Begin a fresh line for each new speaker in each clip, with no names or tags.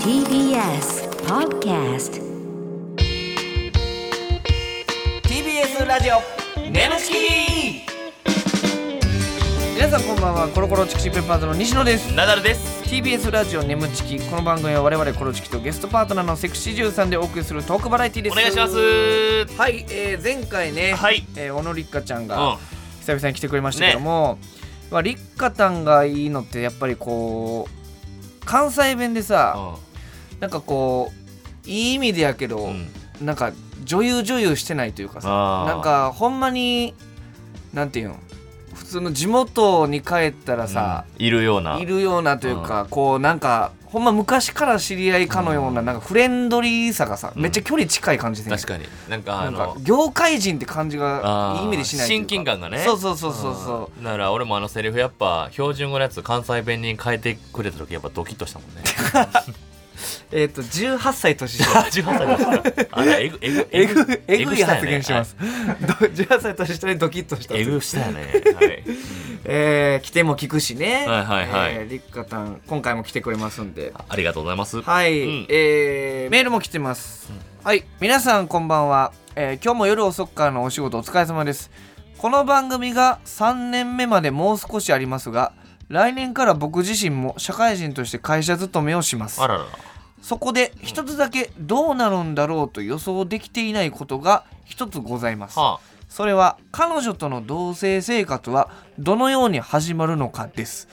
TBS Podcast
TBS ラジオ
ネムチ
皆さんこんばんはコロコロチキチキペッパーズの西野です
キナダルです。
TBS ラジオネムチキこの番組は我々コロチキとゲストパートナーのセクシージュさんでお送りするトークバラエティです
お願いします。
はい、えー、前回ね、
はい
えー小野りっかちゃん
う
が
ん
久々に来てくれましたけども、まあ、りっかちゃんがいいのってやっぱりこう関西弁でさ、なんかこういい意味でやけど、
うん。
なんか女優女優してないというかさ
あー
なんかほんまになんていうん普通の地元に帰ったらさ、
いるような。
いるようなというか、こうなんかほんま昔から知り合いかのような,、なんかフレンドリーさがさ、
うん
めっちゃ距離近い感じで、
確かに。なんか
な
あ
んか
の。
業界人って感じが
あー
いい意味でしないというか
親近感がね
そうそうそうそうそ
うん。なら俺もあのセリフやっぱ標準語のやつ関西弁に変えてくれた時やっぱドキッとした もんね。
うえっ、と18歳年下
18歳でした。あれえぐ えぐ
えぐえぐい
したよね
発言しま。す、ど18歳 年下にドキッとした
はいえぐしたよね。はい。
えー、来ても聞くしね。
はいはいはい
えーりっかたん、今回も来てくれますんで。
ありがとうございます。
はい、
うん
えーメールも来てます。はい、皆さんこんばんは。えー今日も夜遅くからのお仕事お疲れ様です。この番組が3年目までもう少しありますが、来年から僕自身も社会人として会社勤めをします
あ。ららら。
そこで一つだけどうなるんだろうと予想できていないことが一つございます。
は
それは彼女との同棲生活はどのように始まるのかです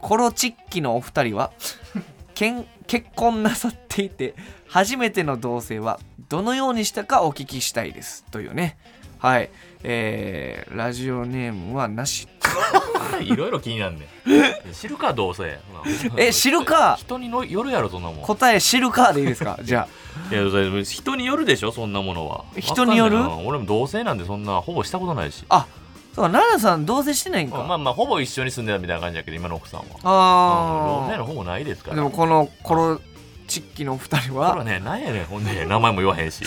コロチッキのお二人は けん結婚なさっていて初めての同棲はどのようにしたかお聞きしたいですというねはいえー、ラジオネームはなし
あ。いろいろ気になんねん。知るかどうせ。
え知るか
人にのよるやろそんなもん。
答え知るかでいいです かじゃ
いやでも人によるでしょそんなものは
人による
わかんないな俺も同性なんでそんなほぼしたことないし
ああそうか奈良さん同棲してないんか、
まあまあほぼ一緒に住んでたみたいな感じだけど今の奥さんはうん同性
あ
のほぼないですか
あで
ら
もこのコロチッキのお二人
ほ
は
らねなんやねんほんで名前も言わへんし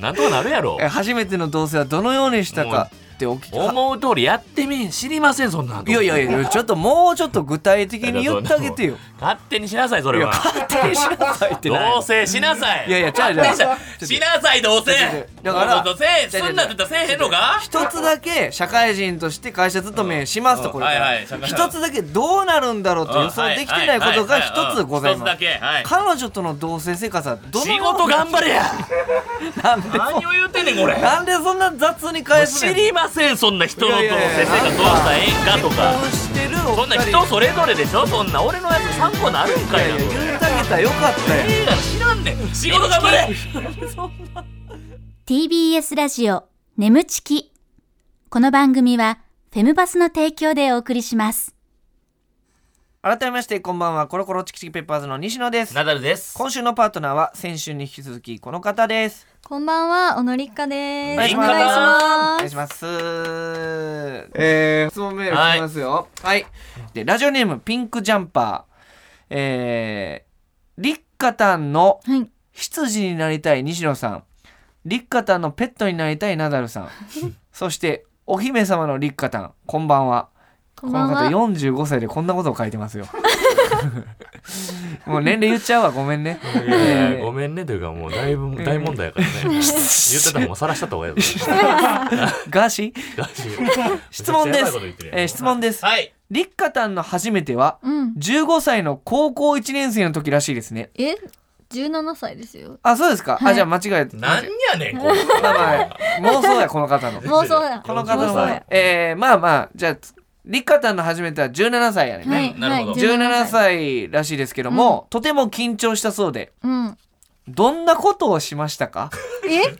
なんとかなるやろ
え初めての同棲はどのようにしたかってお聞きは
思う通りやってみん知りませんそんなん
いやいやいやちょっともうちょっと具体的に言ってあげてよ
勝手にしなさいそ
い
れ
や
は
勝手にしなさいって
同
ない
棲しなさい
いやいやちゃうちゃう
勝手にしなしなさい同
ちょちょ
棲
だから
同棲
ちょちょ
すんなって言ったらせえへんのか
一つだけ社会人として会社勤めしますとこれから
はいはい社会人
一つだけどうなるんだろうと予想できてないことが一つございま
一つだ
す
けはい
彼女との同棲生活はどの
仕事頑張れや
なんで
何を言うてんねんこれ
なんでそんな雑に返すね
知
ん
りませんそんな人のと
い
先
やいやいや
生がどうしたらええんかと
結
か
婚してるお
そん
二
な
人
人それぞれでしょそんな俺のやつ参考になるん
い
か
や
い
い
な
や
これ
言うてあげたらよかったやん
ええがな知らんねん仕事頑張れ
TBS ラジオ眠ちきこの番組はフェムバスの提供でお送りします
改めましてこんばんはコロコロチキチキペッパーズの西野です
ナダルです
今週のパートナーは先週に引き続きこの方です。
こんばんは、小野りっかです。
お願いします
お
お願
願
い
い
し
します。えー、質問メールしますよ。はい、で、ラジオネームピンクジャンパー。えー、リッカタンの
ます。はい。
執事になりたい西野さん。リッカタンのペットになりたいナダルさん。そして、お姫様のリッカタン、こんばんは。
こんばんは。
この方45歳でこんなことを書いて ますよ。もう年齢言っちゃうわ、ごめんね。
いや
え
いや
ー
ごめんねというかもうだいぶ
ん
大問題やからね 言ってたらもうさらしたと方がいいよ
ガーシー
ガチで
質問で
めちゃくちゃやばい
す
こと言ってる。やん
えー質問です。
はい
立花たんの初めては
うん。
15歳の高校1年生の時らしいですね。
え、十七歳ですよ。
あ、そうですか。
は
あ、
い
じゃあ間違えた。間
なん
違
やねんこれ
えたまあまあ妄想やこの方の。
妄想だ。
この方の
妄想や。
えー、まあまあじゃあ立花たんの初めては17歳やねんね。
はい、
なるほど
はい
17。歳らしいですけども、とても緊張したそうで
うん。
どんなことをしました か
え、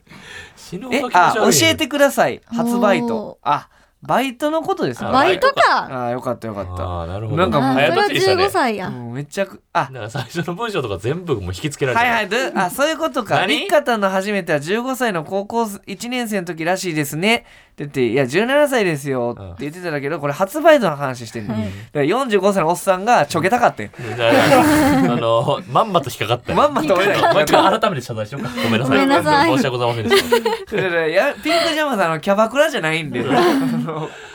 死ぬほ
え
ど気持ち
あ教
悪い
えてください初バイト
お
あバイトのことです
あ
ね
バイトか。
あよかったよかった
ああなるほど
なんかもう
あ、それ
早
は
とちりした
十
ね
五歳や。
うんめっちゃくあ
だから最初の文章とか全部もう引きつけられて
はい
る
はいどうあそういうことか
何
立花の初めては15歳の高校1年生の時らしいですねって言って「いや17歳ですよ」って言ってたんだけどこれ発売度の話してるの、だから45歳のおっさんがちょけたか ってん
だからあのまんまと引っかかったよ
まんまと俺らに
もう一回改めて謝罪しようかごめんなさい
ごめんなさい
申し訳ございませんでした
それでいやピンクジャムさんのキャバクラじゃないんで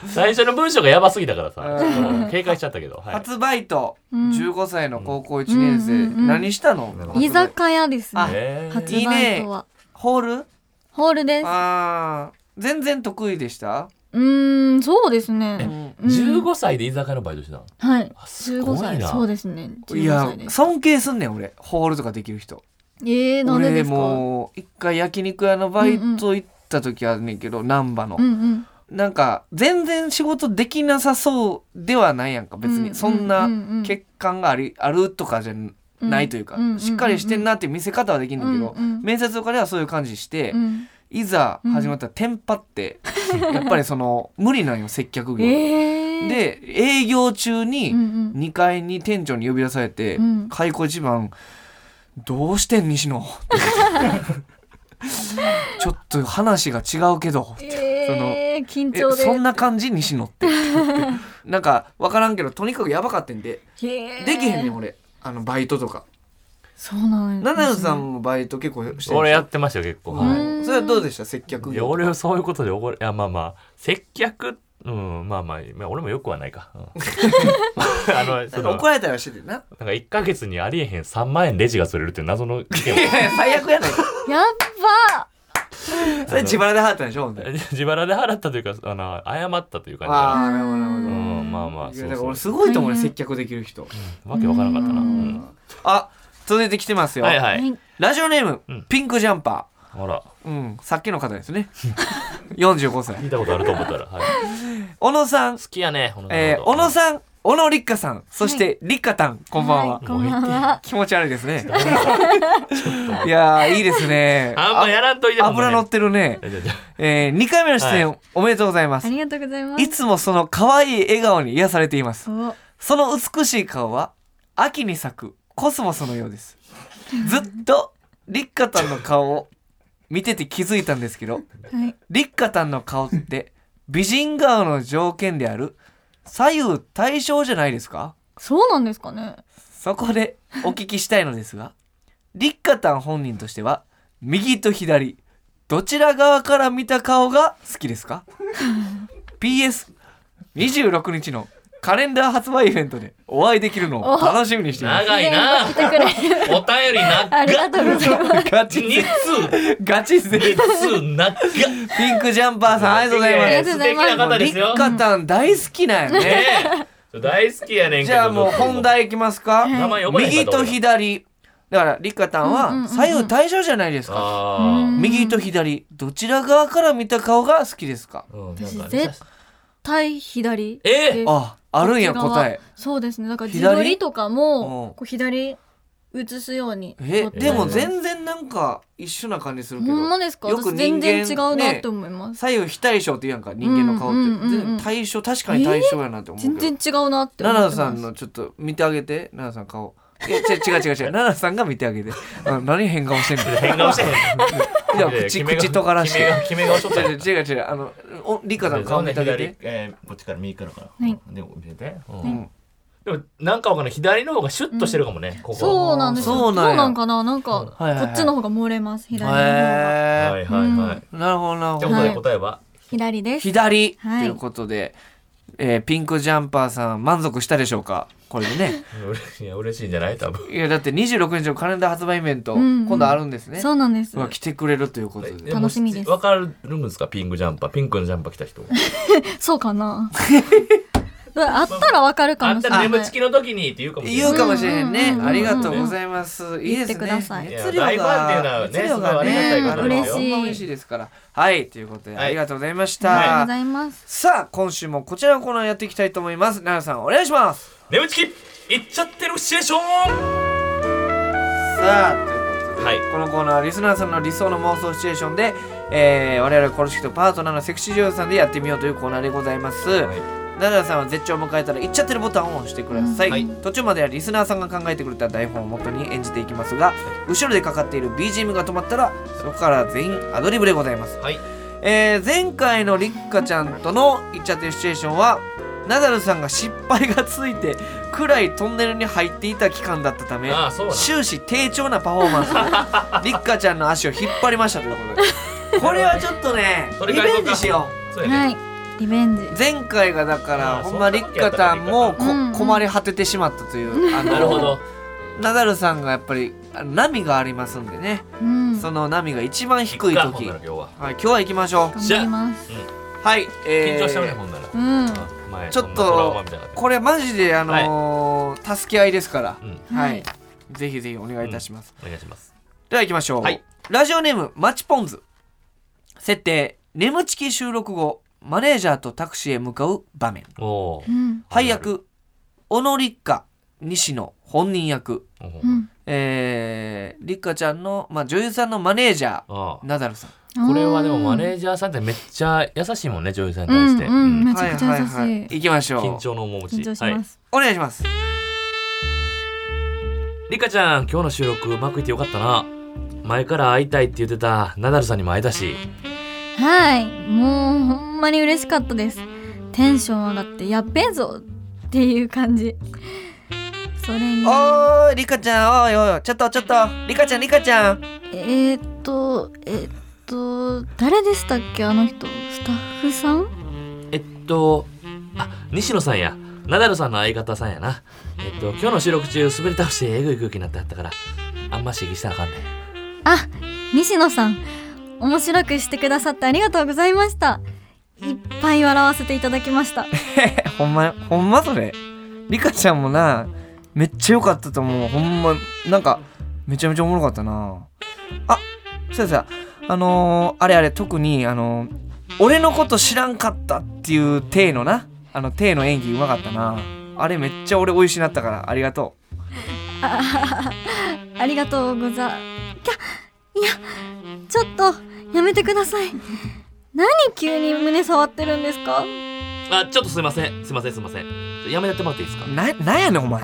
最初の文章がやばすぎたからさ
うん
ちょっと警戒しちゃったけど、はい、
発売と
うん
15歳の高校1年生、
うんうんうん
何したの
なるほど
居酒屋です
あ
ね。
え
発
ー、
いい
売
ね
とは。
ホール
ホールです。
あー全然得意でした、
うーん、そうです
う
ね。
ん
うん
15歳で居酒屋のバイトしてたの
はい。
あすご
15
いな
歳。そうですね。
い
15
や
歳です。
尊敬すんねん俺ホールとかできる人
えー、なんで
俺
ですかう
もう一回焼肉屋のバイト行った時あるねんけど難波の、
んうん。
なんか全然仕事できなさそうではないやんか別
う
に
ん
そん
う
なん
うん
欠陥がありあるとかじゃないというか
うんうんうんうん
しっかりしてんなっていう見せ方はできるんだけど
うんうん
面接とかではそういう感じして
うん
いざ始まったらテンパって やっぱりその無理なんよ接客業
えー、
で営業中に
うんうん、
2階に店長に呼び出されて
うん
開口一番「どうしてん西野」ってちょっと話が違うけど」
えー、緊
え
張で。
そんな感じ西野ってなんか分からんけどとにかくやばかってんで
へー
できへんねん俺あのバイトとか
そうなんですね
七代さんもバイト結構してるでしょ
俺やってましたよ結構、
は
はい
うん
それはどうでした接客
い、いや
業
俺はそういうことで怒るいやまあまあ接客うんまあまあまあ俺もよくはないか、うん あのその
怒られたりはして てな
なんか1ヶ月にありえへん3万円レジが釣れるっていう謎の 事件
いやいや最悪やないか
やっば
それ自腹で払ったんでしょほんで
自腹で払ったというかあの謝ったという
あ
感
あなるほどなるほ
じう
ど
んまあまあ
い
そ
や
う
だから俺
そ
すごいと思うね
大変
接客できる人
うわけわからんかったな、
う
うんん、
あ続いて来てますよ
はいは
はいい。
ラジオネーム
うん
ピンクジャンパ
ほら
ーうんさっきの方ですね45歳
聞いたことあると思ったら、はい、
小野さん
好きやね小野さん
えー、
のこ
小
と
野さん、小野立花さん、そして立花たん、こんばんは。
いこんばんは。
気持ち悪いですね。いやー、いいですね。
あんまやらんといて
あ
ほんま
油
ね
乗ってるね。
いやいやいや
えー、2回目の出演、おめでとうございま
あ
す。
りがとうございます。
いつもその可愛い笑顔に癒されています。
そう
その美しい顔は、秋に咲くコスモスのようです。ずっと立花たんの顔を見てて気づいたんですけど、
はい。
立花たんの顔って美人顔の条件である左右対称じゃないですか
そうなんですかね。
そこでお聞きしたいのですが、 立花たん本人としては、右と左、どちら側から見た顔が好きですか ?PS26 日のカレンダー発売イベントでお会いできるのを楽しみにしています。
長いな
来てくれる。
お便りなっ
ありがとうござい ます。
ガチ
日
勢、
数
ガチ勢。
日数なっが
ピンクジャンパーさん、ありがとうござ
あり
い
が
ま
とう
す。
ございます
素敵な方です
立
よ
花たん大好きなんや ね。
ねえ大好きやねんけ
じ
ど
ゃあもう本題いきますか。
名前呼ばれへん
右
かった
と
俺
左。だから、立花たん
うんうんうんう
は
ん
左右対称じゃないですか。
あ
うん
右と左どちら側から見た顔が好きですか
あ、うん、
私
なんかね
絶対左。
え
です
ああるんや
こっち側
答え
そうですね。だから自
左
撮りとか
うん
も、こう左映すように。
え
撮って
でも全然なんか一緒な感じするけ
ほんま
ど
ですか
よく
私全然違
人間
うな
ね
って思います。
左右非対称って言うやんか人間の顔って
うんうんうんうん
全然対称確かに対称やなって思う
全
け
然
ど
違うなって
奈
思ってま
々
す。
さんのちょっと見てあげて奈々さん顔いや違う違う違う違う奈々さんが見てあげてあ何変顔してんの
変顔してへん
いや口口尖らして
決め顔決め顔しとった
違
や
うん違う違うあのおリカさん顔見てあげて
左えーこっちから右からか
は
ら
い
でも見ててうん
うん
でもなんかわかんない左の方がシュッとしてるかもねここ
そうなんですよ。
そ
そうう
なんや
なんかななんか、こ
はいはいはい
っちの方が漏れます。
へ
左の方が。
は
え
いはいはいって
なるほどなるほ
こ
ど
とで答えは
左です。
左と
はい
いうことで、えーピンクジャンパーさん満足したでしょうかこれで ね
いや嬉しいんじゃない多分
いやだって26日のカレンダー発売イベント、
うんうん
今度あるんですね
そうなんです
う。わ来てくれるということで
楽しみ
え
です
もうわかるんですかピンクジャンパーピンクのジャンパー着た 人
そう かな。うわあったらわかるか
あ
も
ん
したれな
ら
い。
眠ちきの時にって言うかもしれ
言
な
う
い
かもしれへんね、
うんうんうんうん
ありがとうございますいいですね
言ってください
熱量が
いや大ファンっていうのはね
熱量が
すごいありがたいことですよ
あの
嬉しい
嬉しいですからはいということで
はい
ありがとうございまし
ありがとう
た、
ございます。
さあ今週もこちらのコーナーやっていきたいと思います奈良さんお願いします
眠ちき行っちゃってるシチュエーション
さあということで、
はい
このコーナーはリスナーさんの理想の妄想シチュエーションで、えー、我々コロシキとパートナーのセクシー女優さんでやってみようというコーナーでございます、奈良さんは絶頂を迎えたら行っちゃってるボタンを押してください、
うんはい
途中まではリスナーさんが考えてくれた台本を元に演じていきますが後ろでかかっている BGM が止まったらそこから全員アドリブでございます
はい
えー前回のりっかちゃんとのイッチャテシチュエーションはナダルさんが失敗がついて暗いトンネルに入っていた期間だったため
ああそうなんだ
終始低調なパフォーマ ンスでりっかちゃんの足を引っ張りましたということでこれはちょっとね
取
リ
り替え
ベ
と
ン
か
ジしよ
そうやね、
はい。リベンジ。
う前回がだから
あー
ほんまりっかちゃんもこ
そんな時やったらりっかちゃんうんうん
困り果ててしまったと いうあの
なるほど
ナダルさんがやっぱりあの波がありますんでね
うん。
そ
頑
の波が一番低い時
行くかほんな
は
ら
い
今日は
今日は行きましょ
張ります。
うはい
緊
えー
張したねほんなら、
うん。
うん前
ちょっと
そんなトラウマみたいな
これマジであのー助け合いですから
う、ん
は
はいい
ぜひぜひお願いいたします、
お願いします
では行きましょう、
はい
ラジオネームマチポンズ設定眠ちき収録後マネージャーとタクシーへ向かう場面
おお
う、ん。
配役小野立花西野本人役
う
うんん。
えー、立花ちゃんの、まあ、女優さんのマネージャー
ああ
ナダルさん
これはでもマネ
ジ
ージャーさんってめっちゃ優しいもんね女優さんに
う
対し
ん
て、
うん。
うん
めちゃくちゃ優しい。
はいはいはい、行きましょう
緊張の面持ち
緊張し
はい
ます。
お願いします
リカちゃん今日の収録うまくいってよかったな前から会いたいって言ってたナダルさんにも会えたし
はい、もうほんまに嬉しかったです。テンション上がってやっべえぞっていう感じ。それに、
おーリカちゃんおいおいおいちょっとちょっとリカちゃんリカちゃん
えー、っと、えーっと、誰でしたっけ、あの人、スタッフさん。
えっとあ西野さんやナダルさんの相方さんやなえっと今日の収録中滑り倒してえぐい空気になってあったからあんま刺激したらあかんね
あ、西野さん、面白くしてくださってありがとうございました。いっぱい笑わせていただきました。
ほんまほんまそれリカちゃんもなめっちゃ良かったと思うほんまなんかめちゃめちゃおもろかったなあそうやそうやあのー、あれあれ特にあのー俺のこと知らんかったっていう体のなあの体の演技うまかったなあれめっちゃ俺美味しいなったからありがと
あありがとうございやいやちょっとやめてください何急に胸触ってるんですか
あちょっとすいませんすいませんすいませんやめやってもらっていいですか
うななんやねんお前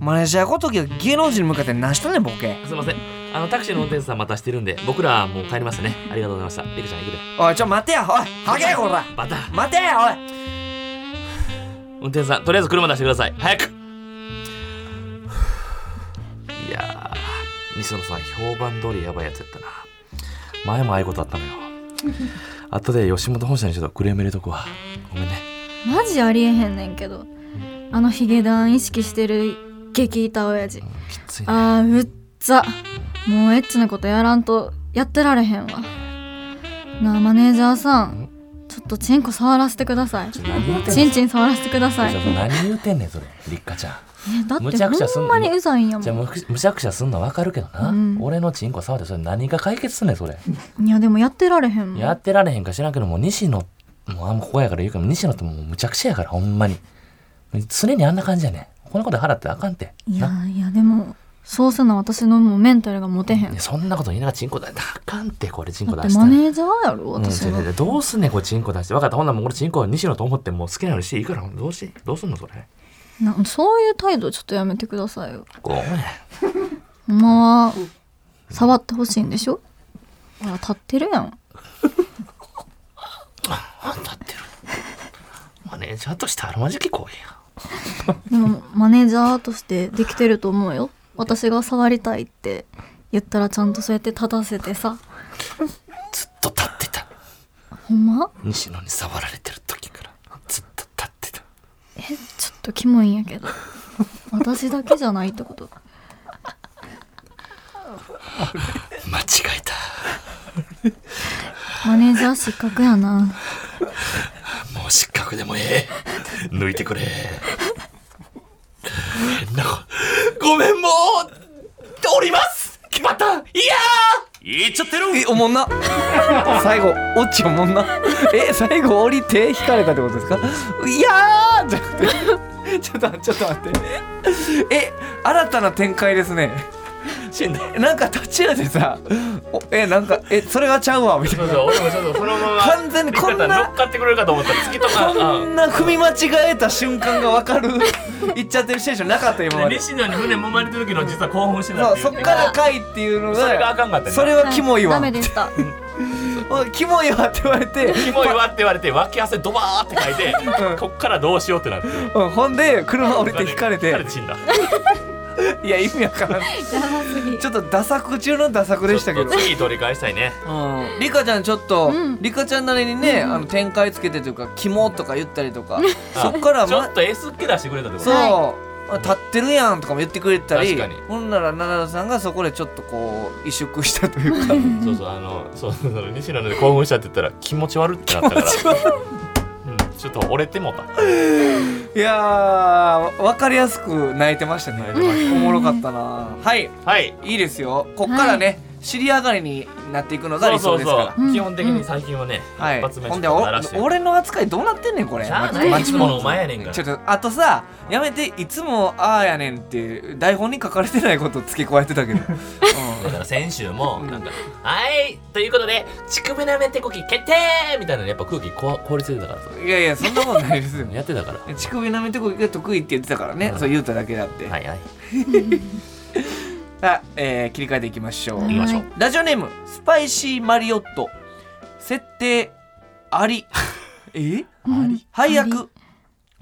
マネージャーごときが芸能人に向かってなしたねんボケ
すいませんあのタクシーの運転手さんまたしてるんで僕らもう帰りますねありがとうございましたリカちゃん行くで
おいちょ待てやおいハゲこら
バタ
待てやおい
運転手さんとりあえず車出してください早くいやー西野さん評判通りやばいやつやったな前もああいうことあったのよ後で吉本本社にちょっとクレーム入れとくわごめんね
マジありえへんねんけどあのヒゲダン意識してる激イタ親父
きついね
あーうっざもうエッチなことやらんとやってられへんわなあマネージャーさんちょっとチンコ触らせてください
ちょ何言うてん
チ
ね
ン
ん
チン触らせてください
ちょ
え
っと何言うてんねんそれりっかちゃん
だ
むちゃく
っ
ち
て
ゃすん
ほ
の
んまにうざいんやもん
じゃあむくむちゃくちゃすんの分かるけどな、
うん
俺のチンコ触ってそれ何が解決すんねんそれ
いやでもやってられへんもん
やってられへんか知らんけどもう西野もうあんまここやから言うけど西野ってもうむちゃくちゃやからほんまに常にあんな感じやねんこのこと払ってあかんて
い
な
やいやでもそうせな私のもうメンタルが持てへん
ね
だ
そんなこと言いながらチンコ出してあかんってこれチンコ
っ
出
て
した
マ
ら
ネージャーやろ
うん
私
そ
が、
れでどうすんねんこれチンコ出して分かったほんならもう俺チンコは西野と思ってもう好きなようにしていいからどうしどうすんのそれ
なそういう態度ちょっとやめてくださいよ
ごめん
ほんまは触ってほしいんでしょほら立ってるやん
あんたってるマネージャーとしてあるまじき行為や
でもマネージャーとしてできてると思うよ私が触りたいって言ったらちゃんとそうやって立たせてさ
ずっと立ってた
ほんま
西野に触られてる時からずっと立ってた
えちょっとキモいんやけど私だけじゃないってこと
間違えた
マネージャー失格やな
もう失格でもええ抜いてくれなごめんもうおりますまたいやー言っちゃってる
えおも んな最後オチおもんなえ最後降りて引かれたってことですかいやーじゃなくてちょっとちょっと待ってえ新たな展開ですね
死んだ
なんか途中でさおえなんかえそれがちゃうわみたい
そうそう俺もちょっとそのまま
完全にこんな
見方乗っかってくれるかと思ったら突きとか
なこんな踏み間違えた瞬間がわかる 言っちゃってるシチュエーションなかった今まで
西野に船揉まれた時の実は興奮してた
そ
っ
う
てい
そっからかいっていうのが
それがあかんかったんだ
それはキモいわ
ダメでした
おいキモいわって言われて、
キモいわって言われて脇汗ドバーって書い て
うん
こっからどうしようってなって
うん、ほんで車降りて引かれ
引か
て
れて死んだ
いや意味わからん
やばすぎ
ちょっとダサ作中のダサ作でしたけど
ちょっと次取り返したいね
うん、リカちゃんちょっと、
うん
リカちゃんなりにね、
うん
あの展開つけてというか「キモ」とか言ったりとか そっから
あちょ
ま
っと S っ気出してくれたってこと
そう、あ立ってるやんとかも言ってくれたり
確かに
ほんなら奈々さんがそこでちょっとこう萎縮したというか
そうそうあのそうそうそう西野で興奮したって言ったら気持ち悪ってなったからうん、ちょっと折れてもうた
いやー分かりやすく泣いてましたね
泣いてまし
おもろかったなはい
はい
いいですよこっからね、尻上がりになっていくのが
そ
理
うそ
想
う
です
そ
か
う
ら、
うん
基本的に最近はね、
はい
一発目ち
ほ
ょ
ん
っ
で
と
お
鳴らして
俺の扱いどうなってんねんこれ
しゃあ
マ
ない
ジ
よ
マ
い
ジ
つものお前やねんから
ちょっとあとさやめていつもああやねんって台本に書かれてないこと付け加えてた けど、うん
だから先週も
うん
なんか「はいということで乳首なめてこき決定!」みたいなのやっぱ空気こ凍りついてたからさ
いやいや、そんなことないですよ。
やってたから
乳首舐めてこいが得意って言ってたからね、
うん
そう言うただけだって。
はいはい
さあ、えー切り替えていきましょう。
きましょう
はい
ラジオネーム、スパイシーマリオット。設定、あり。え
うん
配
アリ
役、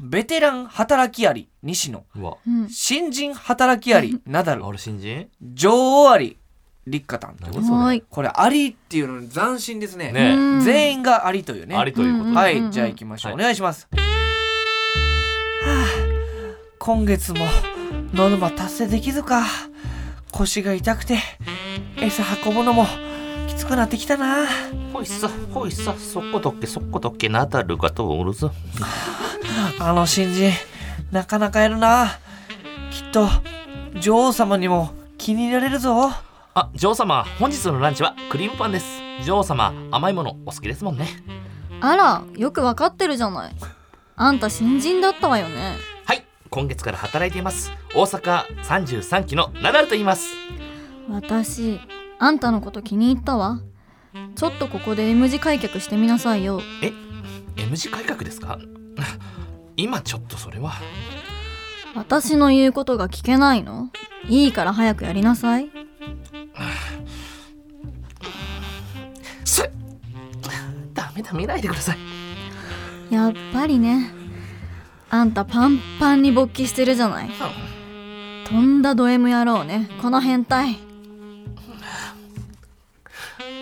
ベテラン働きあり、西野。
うわ
うん
新人働きあり、ナダル。
俺新人
女王あり、立花たんってこと。
何それ
はい
これ、ありっていうの斬新ですね。
ね
うん
全員がありというね。
ありということで
は
うんうんう
い、
ん
じゃあ行きましょう。
は
お
い
願いします。はあ、今月もノルマ達成できずか。腰が痛くて、餌運ぶのもきつくなってきたな。
ほいさほいさそこどっけそこどっけナダルがとおるぞ
あの新人、なかなかやるな。きっと、女王様にも気に入られるぞ。
あ女王様本日のランチはクリームパンです女王様甘いものお好きですもんね
あらよくわかってるじゃないあんた新人だったわよね
はい今月から働いています大阪33期のナダルと言います
私あんたのこと気に入ったわちょっとここで M 字開脚してみなさいよ
M 字改革ですか今ちょっとそれは
私の言うことが聞けないのいいから早くやりなさい
それダメだ見ないでください
やっぱりねあんたパンパンに勃起してるじゃないとんだド M 野郎ねこの変態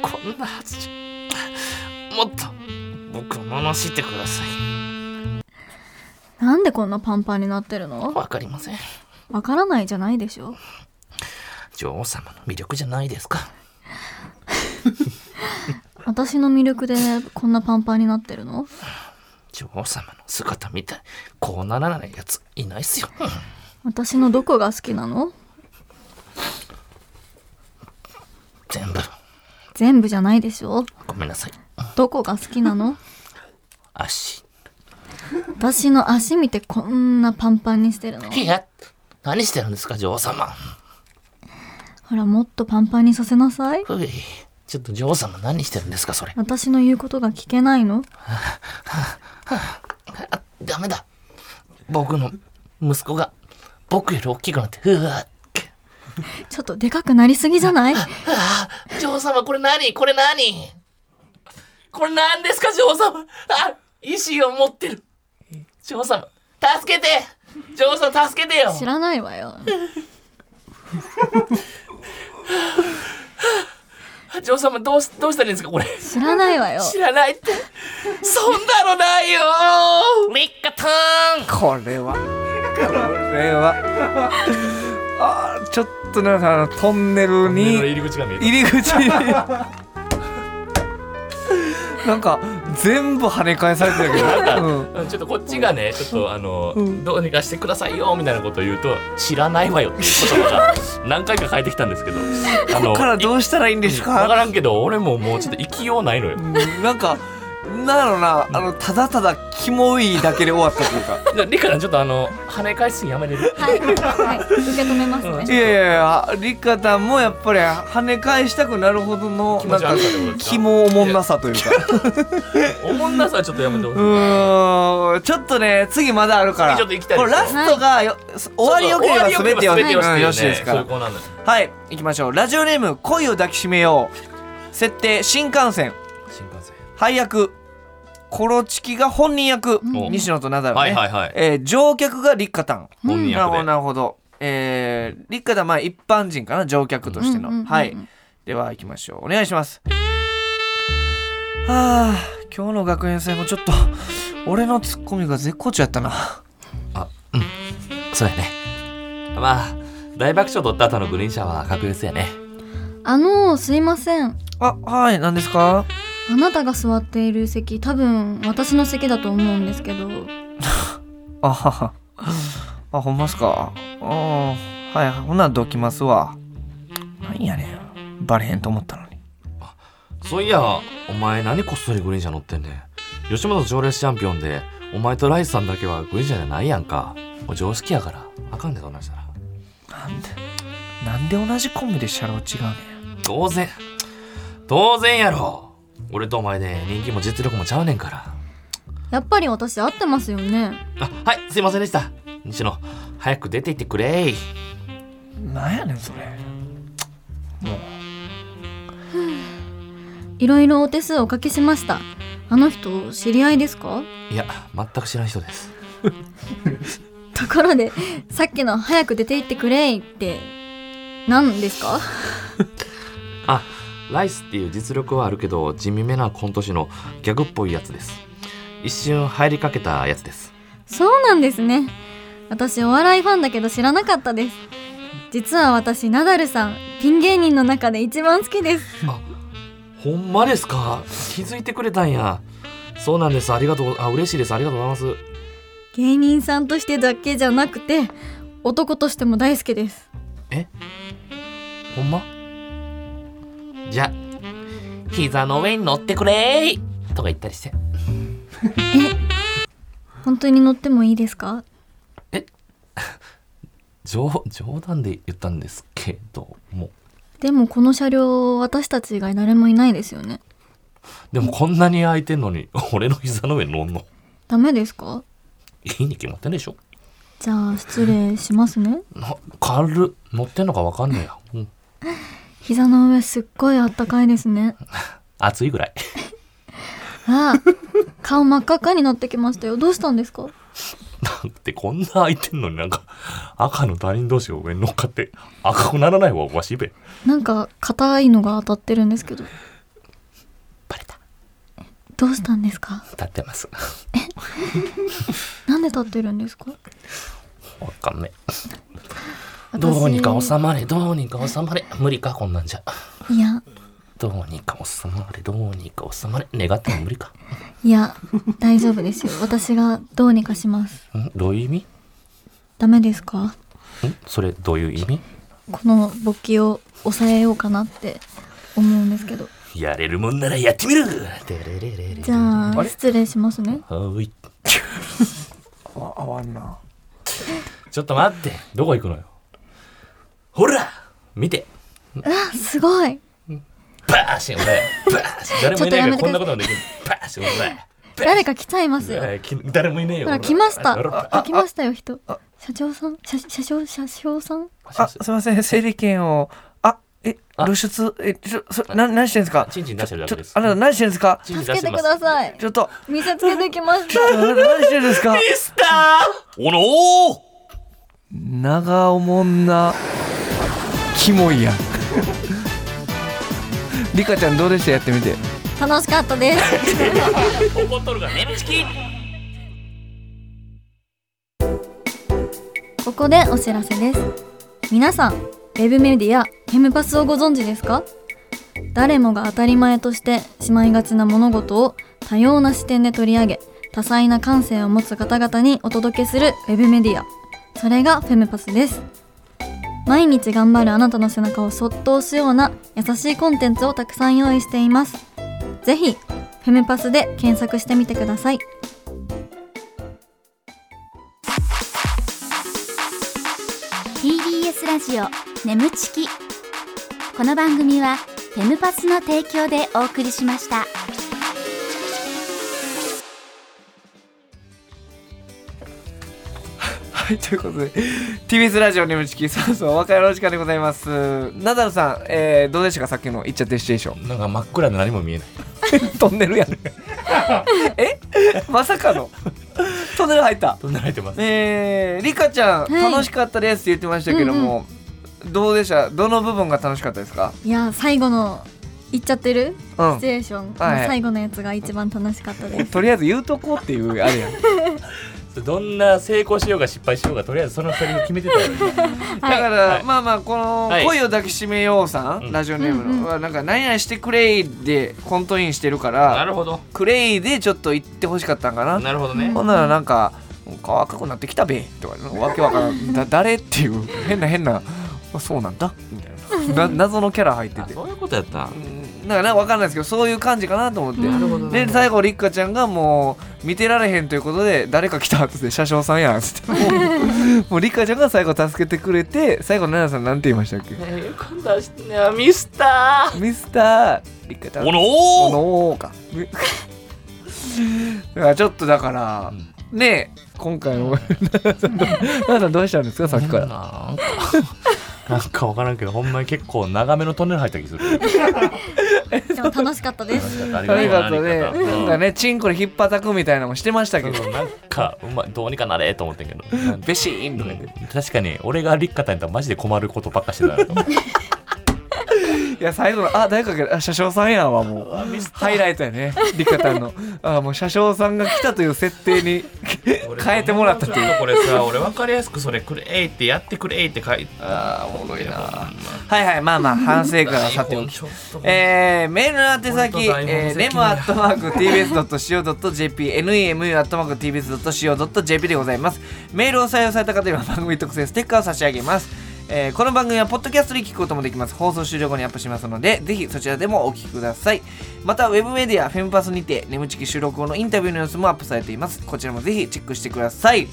こんなはずじゃもっと僕を罵ってください
なんでこんなパンパンになってるの
わかりません
わからないじゃないでしょ
女王様の魅力じゃないですか
私の魅力でこんなパンパンになってるの
女王様の姿みたいこうならないやついないっすよ
私のどこが好きなの
全部
全部じゃないでしょ
ごめんなさい
どこが好きなの
足
私の足見てこんなパンパンにしてるの
いや何してるんですか女王様
ほらもっとパンパンにさせなさい
ふいちょっと女王様何してるんですかそれ
私の言うことが聞けないの
あダメだ僕の息子が僕より大きくなってうわって
ちょっとでかくなりすぎじゃない
ああ女王様これ何これ何これ何ですか女王様あ意志を持ってる女王様助けて女王様助けてよ
知らないわよ
女王様どうしどうしたらいいんですかこれ
知らないわよ
知らないってそんなのないよリッカターン
これは、これは。あーちょっとなんかあのトンネルに。
り口が見
入り口になんか全部跳ね返されてたけど、うん
ちょっとこっちがねちょっとあの、どうにかしてくださいよみたいなことを言うと知らないわよっていう言葉が何回か返ってきたんですけどあ
こ
の
こからどうしたらいいんです
分か
から
んけど俺ももうちょっと生きようないのよ
うんなんかなんやろなあのただただキモいだけで終わったというか
リカちょっとあの跳ね返すやめれる
はい、はい、受け止めます
い
ね
やいやいやりかたんもやっぱり跳ね返したくなるほどの
気
なん
持ち悪
か
さってことです
キ
か
モおもんなさというか
おもんなさはちょっとやめてほ
う
しい
ーんちょっとね次まだあるから
次ちょっと行きたいで
こ
す
れラストがよ、終わりよければ全てよ
終わりよければ全てよしっていうう
よしで
んね
すか
そうい
ら
う子なんだよ
はい行きましょうラジオネーム恋を抱きしめよう設定新幹線
新幹線
配役コロチキが本人役、
ん
西野とナダル、ね
はいはいはい
えー乗客が立花炭
本人
なるほど
役で
なるほどえー、立花炭はまあ一般人かな乗客としての、
うんうんうんうん
はいでは行きましょうお願いしますはあ今日の学園祭もちょっと俺のツッコミが絶好調やったな
そうやねまあ大爆笑取った後のグリーン車は確実やね
あのーすいません
あはい何ですか
あなたが座っている席多分私の席だと思うんですけど
あははあほんますかあーはいほなどきますわなんやねんバレへんと思ったのに
そういやお前何こっそりグリーン車乗ってんねん吉本常連チャンピオンでお前とライスさんだけはグリーン車じゃないやんかもう常識やからあかんでそんなんしたら
なんでなんで同じコンビで車両違うねん
当然当然やろ俺とお前で人気も実力もちゃうねんから
やっぱり私合ってますよね
あはいすいませんでした西野早く出て行ってくれい
なんやねんそれもう
いろいろお手数おかけしましたあの人知り合いですか
いや全く知らん人です
ところでさっきの「早く出て行ってくれい」って何ですか
あライスっていう実力はあるけど地味めなコント師のギャグっぽいやつです一瞬入りかけたやつです
そうなんですね私お笑いファンだけど知らなかったです実は私ナダルさんピン芸人の中で一番好きです
ほんまですか気づいてくれたんやそうなんですありがとうあ嬉しいですありがとうございます
芸人さんとしてだけじゃなくて男としても大好きです
ほんまじゃ膝の上に乗ってくれいとか言ったりして
本当に乗ってもいいですか
冗冗談で言ったんですけども
でもこの車両私たち以外誰もいないですよね
でもこんなに空いてんのに 俺の膝の上に乗んの
ダメですか
いいに決まってんでしょ
じゃあ失礼しますね
な軽っ乗ってんのかわかんねえや、うん、
膝の上すっごいあったかいですね
暑いぐらい
ああ顔真っ赤っかになってきましたよどうしたんですか
なんてこんな空いてんのになんか赤の他人同士を上に乗っかって赤くならない方がおかしいべ
なんか硬いのが当たってるんですけど
バレた
どうしたんですか
立ってます
なんで立ってるんですか
わかんねえ
私
どうにか収まれどうにか収まれ無理かこんなんじゃ
いや
どうにか収まれどうにか収まれ願っても無理か、
いや大丈夫ですよ私がどうにかします
ん、どういう意味ん
ダメですか
それどういう意味
この勃起を抑えようかなって思うんですけど
やれるもんならやってみるてれれれれ
じゃ
あ
あ
れ
失礼しますね
はーい
あ合わんな
ちょっと待ってどこ行くのよほら見て
あすごい
バーシン俺バーシン誰もいないから
ち
こん
ょっとやめてください
なこともできるバーシン俺
誰か来ちゃいますよ
えーき誰もいねえよ
ほら
俺
来ました
ほら
あ来ましたよ人社長さん社社長社長さん
あすいません整理券をあえ露出えちょそな何してんですか
チンチン出してるだ
ち
け
ょ
です
あなた何してんですか
助
助けてください
ちょっと
見せつけてきました
あなた何してんですか
おのお
長おもんなキモいやん リカちゃんどうでしたやってみて
楽しかったです
怒っとるから眠ちき
ここでお知らせです皆さんウェブメディアヘムパスをご存知ですか誰もが当たり前としてしまいがちな物事を多様な視点で取り上げ多彩な感性を持つ方々にお届けするウェブメディアそれがフェムパスです毎日頑張るあなたの背中をそっと押すような優しいコンテンツをたくさん用意していますぜひフェムパスで検索してみてください
す TBS ラジオ眠ちきこの番組はフェムパスの提供でお送りしました
はい、ということで、TBS ラジオネームチキさんそう、お別れのお時間でございます。ナダルさん、えー、どうでしたか、さっきの、いっちゃってシチュエーション。
なんか真っ暗で何も見えない
トンネルや ねえまさかのトンネル入った
とんで入ってます。
えー、リカちゃん、
はい
楽しかったですって言ってましたけども、どうでしたどの部分が楽しかったですか
いや最後の言っちゃって
う
るシチュエーション、
はい
最後のやつが一番楽しかった です
んとりあえず言うとこうっていうあれ やん、
どんな成功しようが失敗しようがとりあえずそのセリフ決めてたよね
だから、まあまあこの「
はい
恋を抱きしめようさん」
うん
ラジオネームの、
うんうん
はなんか「何々してくれい」でコントインしてるから
ほど
「クレイ」でちょっと言ってほしかったんかな
なるほどね
ほんならなんか「顔赤くなってきたべ」とかわけわからん「だ誰?」っていう変な変な「あそうなんだ」みたいなな謎のキャラ入って
あ
て。
そういうことやった
うんなんか分かんないですけどそういう感じかなと思って、
なるほど
で最後りっかちゃんがもう見てられへんということで誰か来たっつって車掌さんやんっつってもうもうりっかちゃんが最後助けてくれて最後奈々さんなんて言いましたっけ
えー今度はねミスター
ミスターりっかちゃんの
おの
おの
ー
ーか みだからちょっとだから、ねえ今回 の奈々さんどう奈々さんどうしたんですかさっきから
なんかなんか分からんけどほんまに結構長めのトンネル入った気する
でも楽しかったです
あ
とにかくね
ありがとう
なんかねチンコに引っぱたくみたいなのもしてましたけど
うんなんかうまいどうにかなれと思ってんけどなん
ベシーンとか言って
確かに俺が立花やったらマジで困ることばっかしてたなと思って
いや最後の「あ誰かがあ車掌さんやん」はもうハイライトやねリカタンのあもう車掌さんが来たという設定に 変えてもらったっていう
うこれさ俺分かりやすくそれくれーってやってくれーって書いて
あーおもろいなはいはいまあまあ反省からさておき
ちょっと
えー、メールの宛先、
俺と台本
えー、
責任
レムアットマーク tbs.co.jp nemu アットマーク tbs.co.jp でございますメールを採用された方には番組特製ステッカーを差し上げます、えー、この番組はポッドキャストで聞くこともできます放送終了後にアップしますのでぜひそちらでもお聞きくださいまたウェブメディアフェムパスにてネムチキ収録後のインタビューの様子もアップされていますこちらもぜひチェックしてください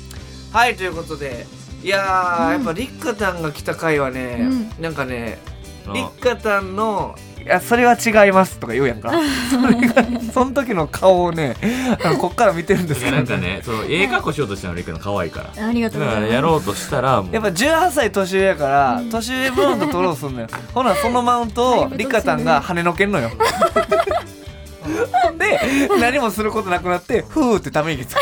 はいということでいやー、やっぱりっかたんが来た回はね、なんかねりっかたんの「いやそれは違います」とか言うやん かそれがその時の顔をねあのこっから見てるんですけど
なんかね、そう、ええ格好しようとしたの、りっくんの可愛いから。
ありがとうご
だか
ざ
ら、
います
やろうとしたら、もう
やっぱ18歳年上やから、年上マウント取ろうとす んのよほなそのマウントをりっかたんが跳ねのけんのよで何もすることなくなってふーってため 息つく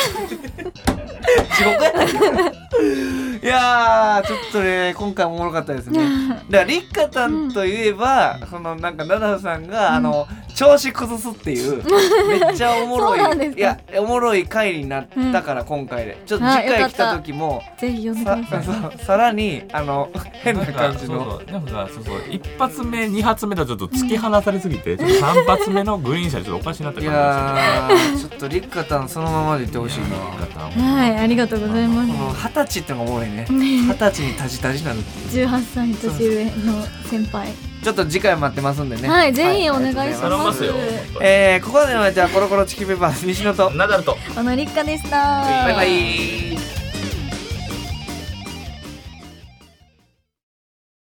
地獄やないいやーちょっとね今回もおもろかったですねだからりっかたんといえば、そのなんか奈々さんが、あの調子崩すっていうめっちゃおもろい
そうなんですか
いやおもろい回になったから、今回でちょっと次
あよか
回
っ
来
た
た時も
ぜひ呼んでく
さ
ださい
そうさらにあの変な感じ
な
の
んかそうそうなんかそうそう一発目二発目とちょっと突き放されすぎて、ちょっと三発目のグリーン車でちょっとおかしになった
い
感じが
やーちょっとりっかたんそのままでいってほしいな
しま
はいありがとうございま
こ
す
の二十歳ってのがおもろいね二十歳にタジタジなるっていう
18歳年上の先輩
ちょっと次回待ってますんでね
はいぜひお願いし
ありがとうござい
頼
ま
みますすよ。
えーここまでの相手はコロコロチキペーパーズ西野と
ナダルと。
オノリッカでした
バイバイ